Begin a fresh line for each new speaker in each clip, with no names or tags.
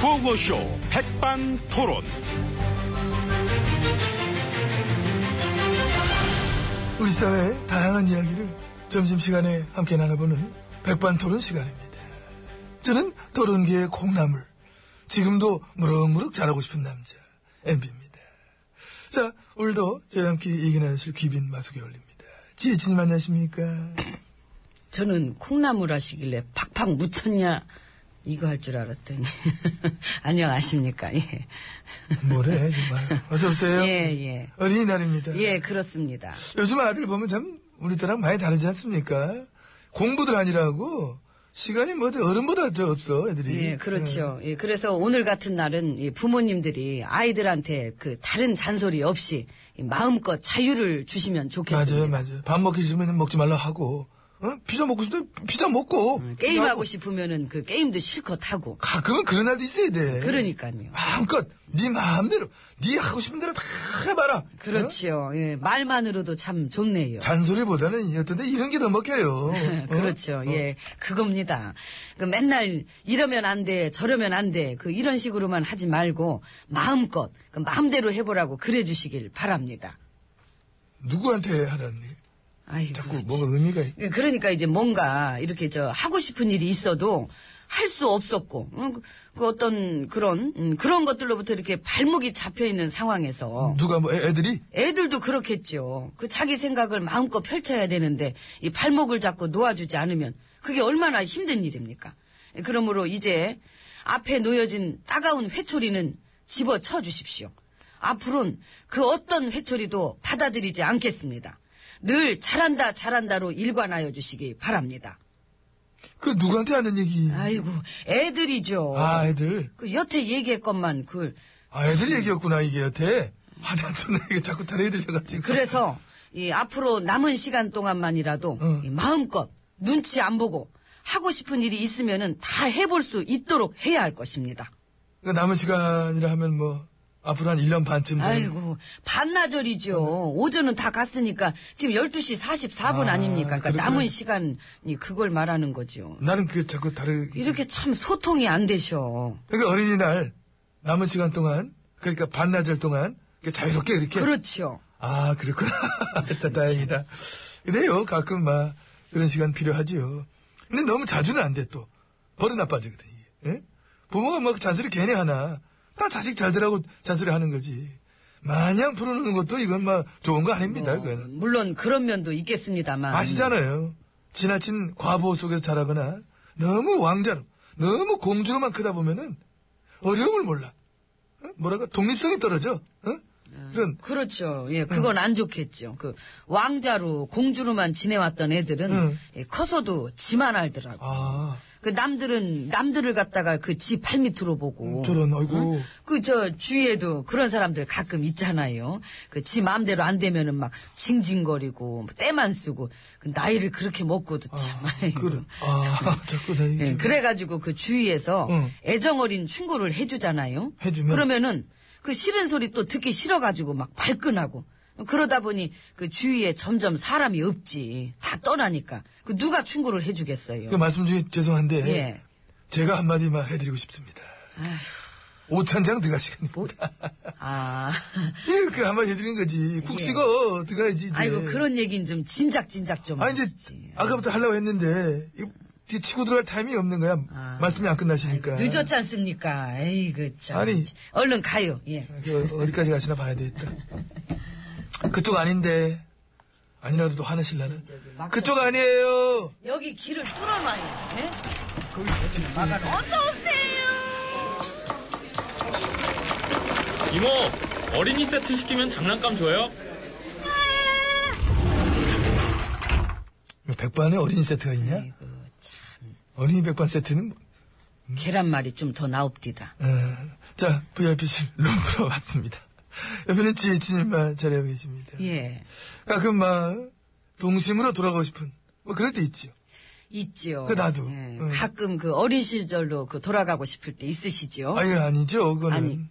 구호쇼 백반토론.
우리 사회의 다양한 이야기를 점심시간에 함께 나눠보는 백반토론 시간입니다. 저는 토론계의 콩나물, 지금도 무럭무럭 자라고 싶은 남자, MB입니다. 자, 오늘도 저희와 함께 얘기 나누실 귀빈 마숙에 올립니다. 지혜진님 안녕하십니까?
저는 콩나물 하시길래 팍팍 묻혔냐 이거 할 줄 알았더니 안녕하십니까 예.
뭐래, 정말. 어서오세요.
예, 예.
어린이날입니다.
예 그렇습니다
요즘 아들 보면 참 우리 때랑 많이 다르지 않습니까? 공부들 아니라고 시간이 뭐 어때 어른보다 더 없어 애들이.
예 그렇죠 예 그래서 오늘 같은 날은 이 부모님들이 아이들한테 그 다른 잔소리 없이 이 마음껏 자유를 주시면
예. 맞아요,
좋겠습니다
맞아요. 밥 먹기 싫으면 먹지 말라 하고, 어? 피자 먹고 싶으면 피자 먹고.
음, 게임하고
하고.
싶으면은 그 게임도 실컷 하고
가끔은 그런 날도 있어야 돼.
그러니까요
마음껏 네 마음대로 네 하고 싶은 대로 다 해봐라. 어?
그렇지요 예 말만으로도 참 좋네요
잔소리보다는 어떤데 이런 게 더 먹혀요. 어?
그렇죠. 예. 그겁니다. 그 맨날 이러면 안 돼, 저러면 안 돼, 그 이런 식으로만 하지 말고 마음껏, 그 마음대로 해보라고 그래 주시길 바랍니다.
누구한테 하라는 얘기?
아이고.
자꾸 뭔가 의미가 있.
예, 그러니까 이제 뭔가 이렇게 저 하고 싶은 일이 있어도 할 수 없었고, 음, 그- 그 어떤 그런, 음, 그런 것들로부터 이렇게 발목이 잡혀 있는 상황에서
누가 뭐 애- 애들이
애들도 그렇겠죠. 그 자기 생각을 마음껏 펼쳐야 되는데 이 발목을 잡고 놓아주지 않으면 그게 얼마나 힘든 일입니까? 그러므로 이제 앞에 놓여진 따가운 회초리는 집어쳐 주십시오. 앞으로는 그 어떤 회초리도 받아들이지 않겠습니다. 늘 잘한다 잘한다로 일관하여 주시기 바랍니다.
그 누구한테 하는 얘기?
아이고 애들이죠.
아 애들.
그 여태 얘기했건만 그
아, 애들 얘기였구나, 이게 여태. 하나, 둘, 이게 자꾸 다른 애들 얘기가지고.
그래서 이 앞으로 남은 시간 동안만이라도
응.
이 마음껏 눈치 안 보고 하고 싶은 일이 있으면은 다 해볼 수 있도록 해야 할 것입니다.
그러니까 남은 시간이라 하면 뭐, 앞으로 한 1년 반쯤. 되는-
아이고 반나절이죠. 오전은 다 갔으니까 지금 12시 44분
아,
아, 닙니까 그러니까
그렇구나.
남은 시간이 그걸 말하는 거죠.
나는 그게 자꾸 다른.
이렇게 참 소통이 안 되셔.
그러니까 어린이날, 남은 시간 동안, 그러니까 반나절 동안, 이렇게 자유롭게 이렇게.
그렇죠.
아, 그렇구나. 다, 다행이다. 그래요, 가끔 막, 그런 시간 필요하지요. 근데 너무 자주는 안 돼, 또. 버릇 나빠지거든, 이게. 예? 부모가 막 잔소리 괜히 하나. 다 자식 잘 되라고 잔소리 하는 거지. 마냥 풀어놓는 것도 이건 막 좋은 거 아닙니다,
어,
그거는.
물론 그런 면도 있겠습니다만.
아시잖아요. 지나친 과보 속에서 자라거나, 너무 왕자로, 너무 공주로만 크다 보면은, 어려움을 몰라. 어? 뭐랄까, 독립성이 떨어져. 어?
네.
그런,
그렇죠. 예, 그건 안 좋겠죠. 그 왕자로 공주로만 지내왔던 애들은
응.
예, 커서도 지만 알더라고.
아.
그 남들은 남들을 갖다가 그 지 팔 밑으로 보고.
음, 저런, 아이고.
그 저 주위에도 그런 사람들 가끔 있잖아요. 그 지 마음대로 안 되면은 막 징징거리고 뭐 때만 쓰고 그 나이를 그렇게 먹고도 참. 아이고.
그래. 아, 자꾸 나 이게.
예, 그래가지고 그 주위에서
응.
애정어린 충고를 해주잖아요.
해주면?
그러면은 그 싫은 소리 또 듣기 싫어가지고 막 발끈하고 그러다 보니 그 주위에 점점 사람이 없지 다 떠나니까 그 누가 충고를 해주겠어요.
그 말씀 중에 죄송한데
예.
제가 한마디만 해드리고 싶습니다. 오찬장 들어가 시간입니다.
뭐- 아,
예, 그 한마디 해드리는 거지. 국
예.
식어 들어가야지. 이제.
아이고 그런 얘기는 좀 진작 진작 좀.
아니 이제
하지.
아까부터 하려고 했는데 이 뒤에 치고 들어갈 타이밍이 없는 거야.
아.
말씀이 안 끝나시니까.
아이고, 늦었지 않습니까? 에이 그 참.
아니.
얼른 가요. 예.
그 어디까지 가시나 봐야 되겠다. 그쪽 아닌데 아니라도 화내실라는.
막-
그쪽 아니에요.
여기 길을 뚫어놔요. 예?
거기 지금
이모, 어린이 세트 시키면 장난감 줘요?
백반에 어린이 세트가 있냐?
아이고 참.
어린이 백반 세트는 뭐-
계란말이 좀 더 나옵디다.
어, 자, VIP실 룸 들어왔습니다. 옆에는 지혜진님만 자리하고 계십니다.
예.
가끔 막, 동심으로 돌아가고 싶은, 뭐, 그럴 때 있지요.
있지요.
그 나도.
예,
응.
가끔 그 어린 시절로 그 돌아가고 싶을 때 있으시죠.
아예 아니죠, 그거는.
어? 아니.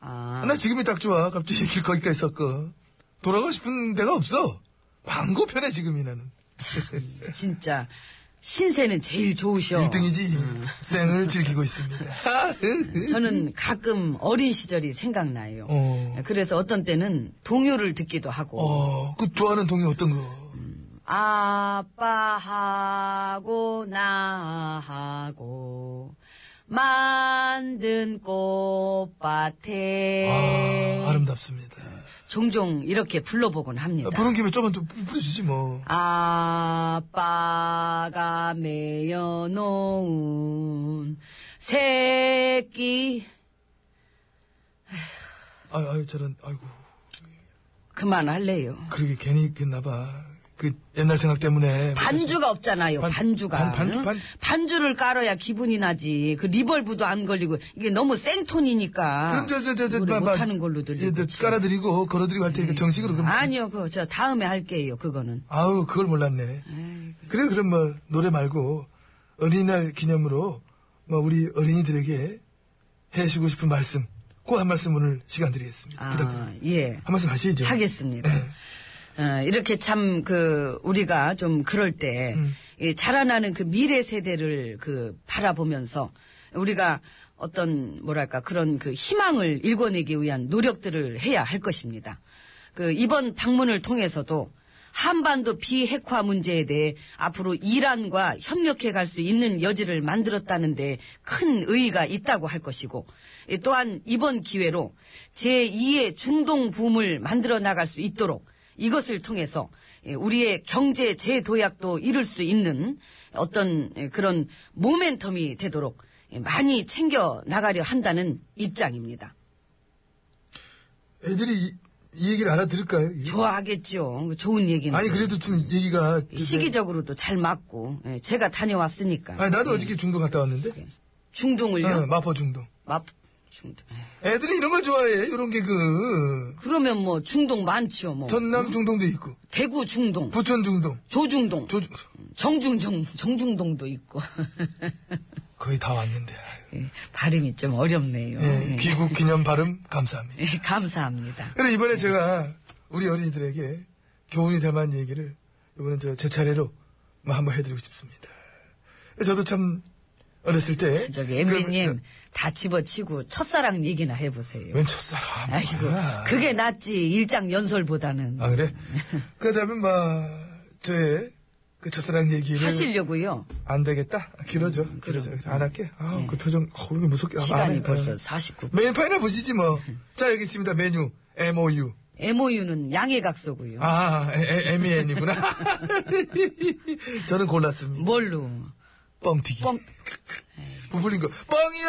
아,
아, 나 지금이 딱 좋아. 갑자기 길 거기까지 섞어. 돌아가고 싶은 데가 없어. 망고 편해, 지금이 나는.
진짜 신세는 제일 좋으셔. 어,
1등이지
음.
생을 즐기고 있습니다.
저는 가끔 어린 시절이 생각나요.
어.
그래서 어떤 때는 동요를 듣기도 하고
어, 그 좋아하는 동요 어떤 거?
아빠하고 나하고 만든 꽃밭에
아, 아름답습니다.
종종 이렇게 불러보곤 합니다.
아, 부른 김에 좀만 또 부르시지 뭐.
아빠가 매여놓은 새끼
아유, 아유, 저런, 아이고.
그만할래요.
그러게 괜히 했나봐. 그 옛날 생각 때문에.
반주가 없잖아요.
반-
반, 주가
반- 반주, 반-
주를 깔아야 기분이 나지. 그 리벌브도 안 걸리고 이게 너무 생톤이니까.
그럼 저, 저, 저, 저,
노래
막, 막,
못하는 걸로
예,
들리고. 네.
저 깔아드리고, 걸어드리고 할 테니까 정식으로. 그럼.
아니요, 그 저 다음에 할게요. 그거는.
아우, 그걸 몰랐네. 그래, 그럼 뭐, 노래 말고, 어린이날 기념으로, 뭐, 우리 어린이들에게 해주고 싶은 말씀, 그 한 말씀 오늘 시간 그 드리겠습니다. 부탁드립니다.
아, 예.
한 말씀 하시죠.
하겠습니다. 어, 이렇게 참, 그, 우리가 좀 그럴 때, 이 자라나는 그 미래 세대를 그 바라보면서, 우리가 어떤, 뭐랄까, 그런 그 희망을 일궈내기 위한 노력들을 해야 할 것입니다. 그, 이번 방문을 통해서도, 한반도 비핵화 문제에 대해 앞으로 이란과 협력해 갈 수 있는 여지를 만들었다는데 큰 의의가 있다고 할 것이고 이 또한 이번 기회로 제2의 중동 붐을 만들어 나갈 수 있도록 이것을 통해서 예, 우리의 경제 재도약도 이룰 수 있는 어떤 예, 그런 모멘텀이 되도록 예, 많이 챙겨 나가려 한다는 입장입니다.
애들이 이, 이 얘기를 알아들을까요? 이게?
좋아하겠죠. 좋은 얘기는.
아니, 그래도 좀 얘기가.
시기적으로도 잘 맞고 예, 제가 다녀왔으니까 예,
아니, 나도 어저께 중동 갔다 왔는데.
중동을요?
어, 마포 중동.
마- 중동. 에휴,
애들이 이런 걸 좋아해. 이런 게 그,
그러면 뭐 중동 많지요 뭐
전남 중동도 있고,
대구 중동,
부천 중동,
조중동,
조주,
정중정 정중동도 있고
거의 다 왔는데.
예, 발음이 좀 어렵네요.
어, 예,
예.
귀국 기념 발음 감사합니다.
예, 감사합니다.
그럼 이번에 제가 우리 어린이들에게 교훈이 될 만한 얘기를 이번엔 저 제 차례로 뭐 한번 해드리고 싶습니다. 저도 참 어렸을 때.
저기
그,
엠비님 다 집어치고 첫사랑 얘기나 해보세요.
웬 첫사람.
아이고
뭐야.
그게 낫지 일장 연설보다는
아, 그래? 그 다음에 막, 저의 그 첫사랑 얘기를.
하시려고요.
안 되겠다? 길어져. 길어져. 안 할게. 아우, 그 표정. 어우, 이게 무섭게. 아, 안
음, 네. 시간이
해.
벌써
아.
49분.
메뉴판이나 보시지 뭐. 자, 여기 있습니다. 메뉴. MOU.
MOU는 양해각서고요.
아, MEN이구나. 저는 골랐습니다.
뭘로?
뻥튀기.
뻥.
부풀린 거. 뻥이요!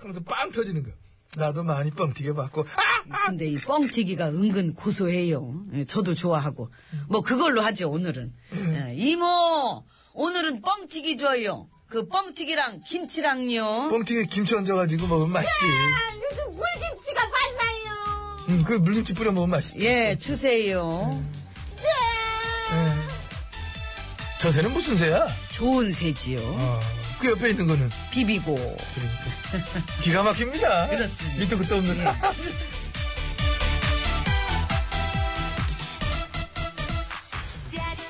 하면서 빵 터지는 거. 나도 많이 뻥튀겨 봤고. 아! 아!
근데 이 뻥튀기가 은근 고소해요. 예, 저도 좋아하고. 뭐 그걸로 하죠, 오늘은. 예, 이모! 오늘은 뻥튀기 줘요. 그 뻥튀기랑 김치랑요.
뻥튀기에 김치 얹어가지고 먹으면 맛있지.
요즘 물김치가 맛나요.
음, 그 물김치 뿌려 먹으면 맛있지.
예, 주세요.
네.
예. 저 새는 무슨 새야?
좋은 새지요.
그 옆에 있는 거는.
비비고.
기가 막힙니다.
그렇습니다. 예.
밑도 끝도 없는.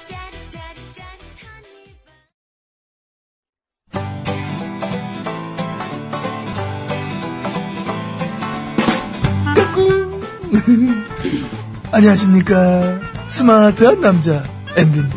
짜리짜리짜리짜리 한입.
안녕하십니까. 스마트한 남자, 엠비입니다.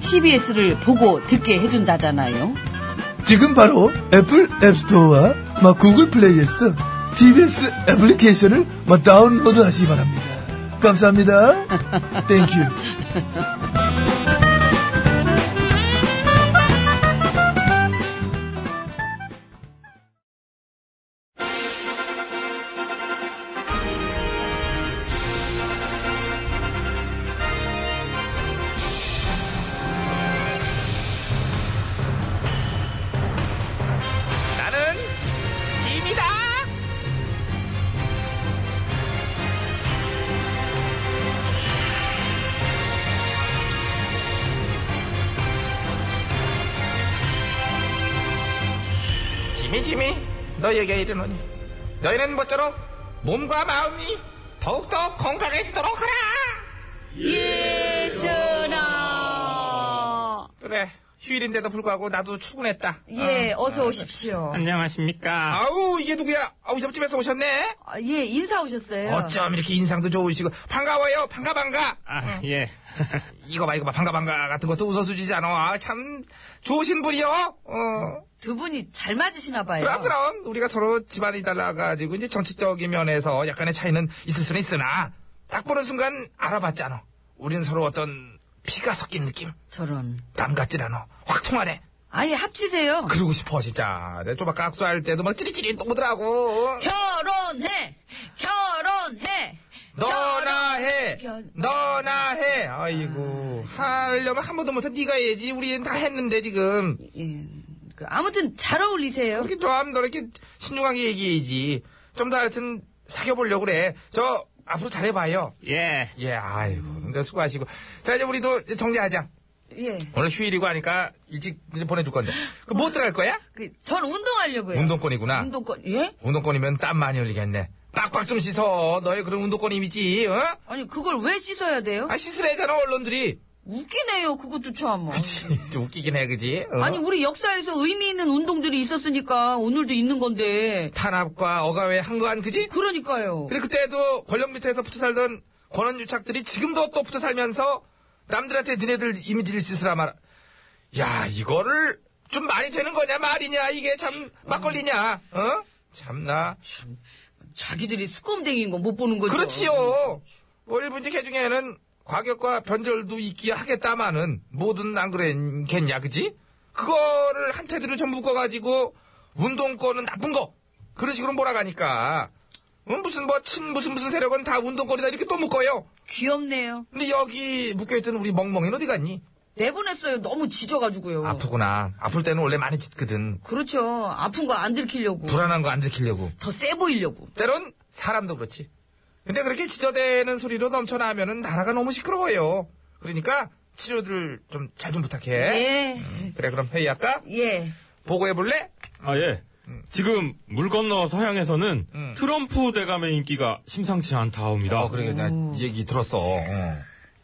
TBS를 보고 듣게 해준다잖아요.
지금 바로 애플 앱스토어와 마 구글 플레이에서 TBS 애플리케이션을 마 다운로드 하시기 바랍니다. 감사합니다. 땡큐.
지미지미 너희에게 이르노니 너희는 모쪼록 몸과 마음이 더욱더 건강해지도록 하라
예, 전하.
그래 휴일인데도 불구하고 나도 출근했다
예,
아,
어서 오십시오.
안녕하십니까.
아우 이게 누구야 아우 옆집에서 오셨네
아, 예, 인사 오셨어요.
어쩜 이렇게 인상도 좋으시고 반가워요 반가 반가
아, 예.
이거 봐 이거 봐 반가 반가 같은 것도 웃어주지 않아 아, 참 좋으신 분이요 어.
두 분이 잘 맞으시나 봐요.
그럼 그럼 우리가 서로 집안이 달라가지고 이제 정치적인 면에서 약간의 차이는 있을 수는 있으나 딱 보는 순간 알아봤잖아. 우리는 서로 어떤 피가 섞인 느낌,
저런.
남 같질 않아. 확 통하네.
아예 합치세요.
그러고 싶어 진짜. 내가 쪼박 깍수할 때도 막 찌릿찌릿 오더라고.
결혼해! 결혼해!
너나 해,
견-
너나 해. 아이고 하려면 한 번도 못해 네가 해야지. 우리는 다 했는데 지금.
예, 그, 아무튼 잘 어울리세요.
이렇게 좀너 이렇게 신중하게 얘기해야지. 좀 더 하여튼 사귀어보려고 그래. 저 앞으로 잘해봐요.
예.
예, 아이고, 근데 수고하시고. 자, 이제 우리도 이제 정리하자.
예.
오늘 휴일이고 하니까 일찍 이제 보내줄 건데. 그 뭐 들어갈 거야?
그, 전 운동하려고요.
운동권이구나.
운동권, 예?
운동권. 이면땀 많이 흘리겠네. 빡빡 좀 씻어. 너의 그런 운동권 이미지, 어?
아니, 그걸 왜 씻어야 돼요?
아, 씻으래잖아, 언론들이.
웃기네요, 그것도 참.
좀 웃기긴 해, 그지? 어?
아니, 우리 역사에서 의미 있는 운동들이 있었으니까 오늘도 있는 건데.
탄압과 억압의 한거한, 그지?
그러니까요.
근데 그때도 권력 밑에서 붙어 살던 권원유착들이 지금도 또 붙어 살면서 남들한테 니네들 이미지를 씻으라 말아. 야, 이거를 좀 말이 되는 거냐, 말이냐, 이게 참 막걸리냐, 어? 참나.
자기들이 수검댕이인 거 못 보는 거죠.
그렇지요. 뭐 일분직 해중에는 과격과 변절도 있기야 하겠다마는 뭐든 안 그랬겠냐, 그지? 그거를 한테들을 전부 묶어가지고 운동권은 나쁜 거. 그런 식으로 몰아가니까. 음, 무슨 뭐 친 무슨 무슨 세력은 다 운동권이다 이렇게 또 묶어요.
귀엽네요.
근데 여기 묶여있던 우리 멍멍이는 어디 갔니?
내보냈어요. 너무 지져가지고요.
아프구나. 아플 때는 원래 많이 짖거든.
그렇죠. 아픈 거 안 들키려고.
불안한 거 안 들키려고.
더 세 보이려고.
때론 사람도 그렇지. 근데 그렇게 지저대는 소리로 넘쳐나면은 나라가 너무 시끄러워요. 그러니까 치료들 좀 잘 좀 부탁해.
예.
그래 그럼 회의할까?
예.
보고해 볼래?
아, 예. 지금 물 건너 서양에서는
음. 어,
트럼프 대감의 인기가 심상치 않다옵니다.
아, 나 얘기 들었어. 음.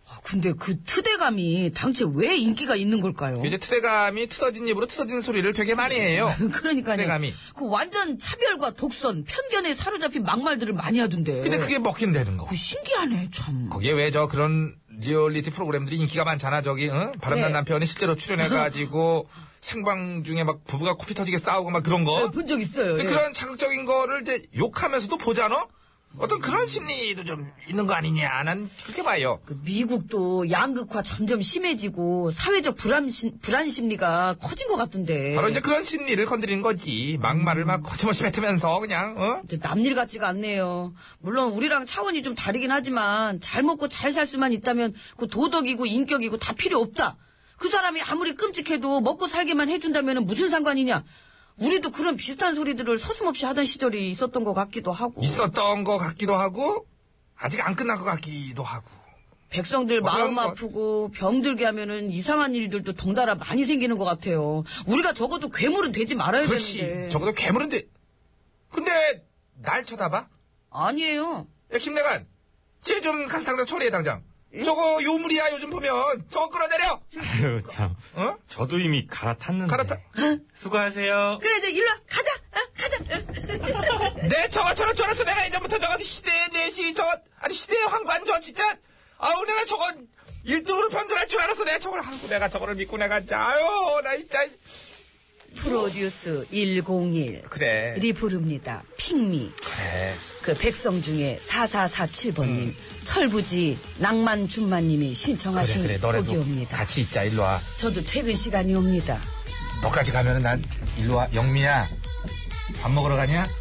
아, 근데 그 트대감이 당최 왜 인기가 있는 걸까요?
이제 트대감이 트어진 입으로 트어진 소리를 되게 많이 해요.
그러니까요.
트대감이.
그 완전 차별과 독선, 편견에 사로잡힌 막말들을 많이 하던데.
근데 그게 먹히면 되는 거.
그 신기하네, 참.
거기에 왜 저 그런 리얼리티 프로그램들이 인기가 많잖아 저기 응? 바람난
네.
남편이 실제로 출연해가지고 생방 중에 막 부부가 코피 터지게 싸우고 막 그런 거.
본 적 있어요.
근데
예.
그런 자극적인 거를 이제 욕하면서도 보잖아? 어떤 그런 심리도 좀 있는 거 아니냐. 난 그렇게 봐요.
그 미국도 양극화 점점 심해지고 사회적 불안심, 불안 심리가 커진 것 같던데.
바로 이제 그런 심리를 건드리는 거지. 막말을 막 거침없이 뱉으면서 그냥, 어?
근데 남일 같지가 않네요. 물론 우리랑 차원이 좀 다르긴 하지만 잘 먹고 잘 살 수만 있다면 그 도덕이고 인격이고 다 필요 없다. 그 사람이 아무리 끔찍해도 먹고 살게만 해준다면 무슨 상관이냐. 우리도 그런 비슷한 소리들을 서슴없이 하던 시절이 있었던 것 같기도 하고
있었던 거 같기도 하고, 아직 안 끝난 거 같기도 하고.
백성들
뭐
마음
그런 거-
아프고 병들게 하면은 이상한 일들도 덩달아 많이 생기는 것 같아요. 우리가 적어도 괴물은 되지 말아야 되는데
그렇지. 적어도 괴물인데. 근데, 날 쳐다봐?
아니에요.
야, 김내관. 쟤 좀 가서 당장 처리해, 당장.
예?
저거 요물이야, 요즘 보면. 저거 끌어내려!
아유, 참.
어?
저도 이미 갈아탔는데.
갈아타.
수고하세요.
그래 이제 일로 와 가자 어? 가자
내 저거 저런 줄 알았어. 내가 예전부터 저거 시대의 내시 저 아니 시대의 황관 저 진짜 아우 내가 저거 일등으로 변절할 줄 알았어. 내가 저걸 하고 내가 저거를 믿고 내가 진짜 아유 나 진짜
프로듀스 101
그래
리 부릅니다. 핑미.
그래
그 백성 중에 4447번님,
음.
철부지 낭만준마님이 신청하신 곡이옵니다.
같이 있자 일로 와.
저도 퇴근 시간이 옵니다.
너까지 가면은 난 일로 와 영미야 밥 먹으러 가냐?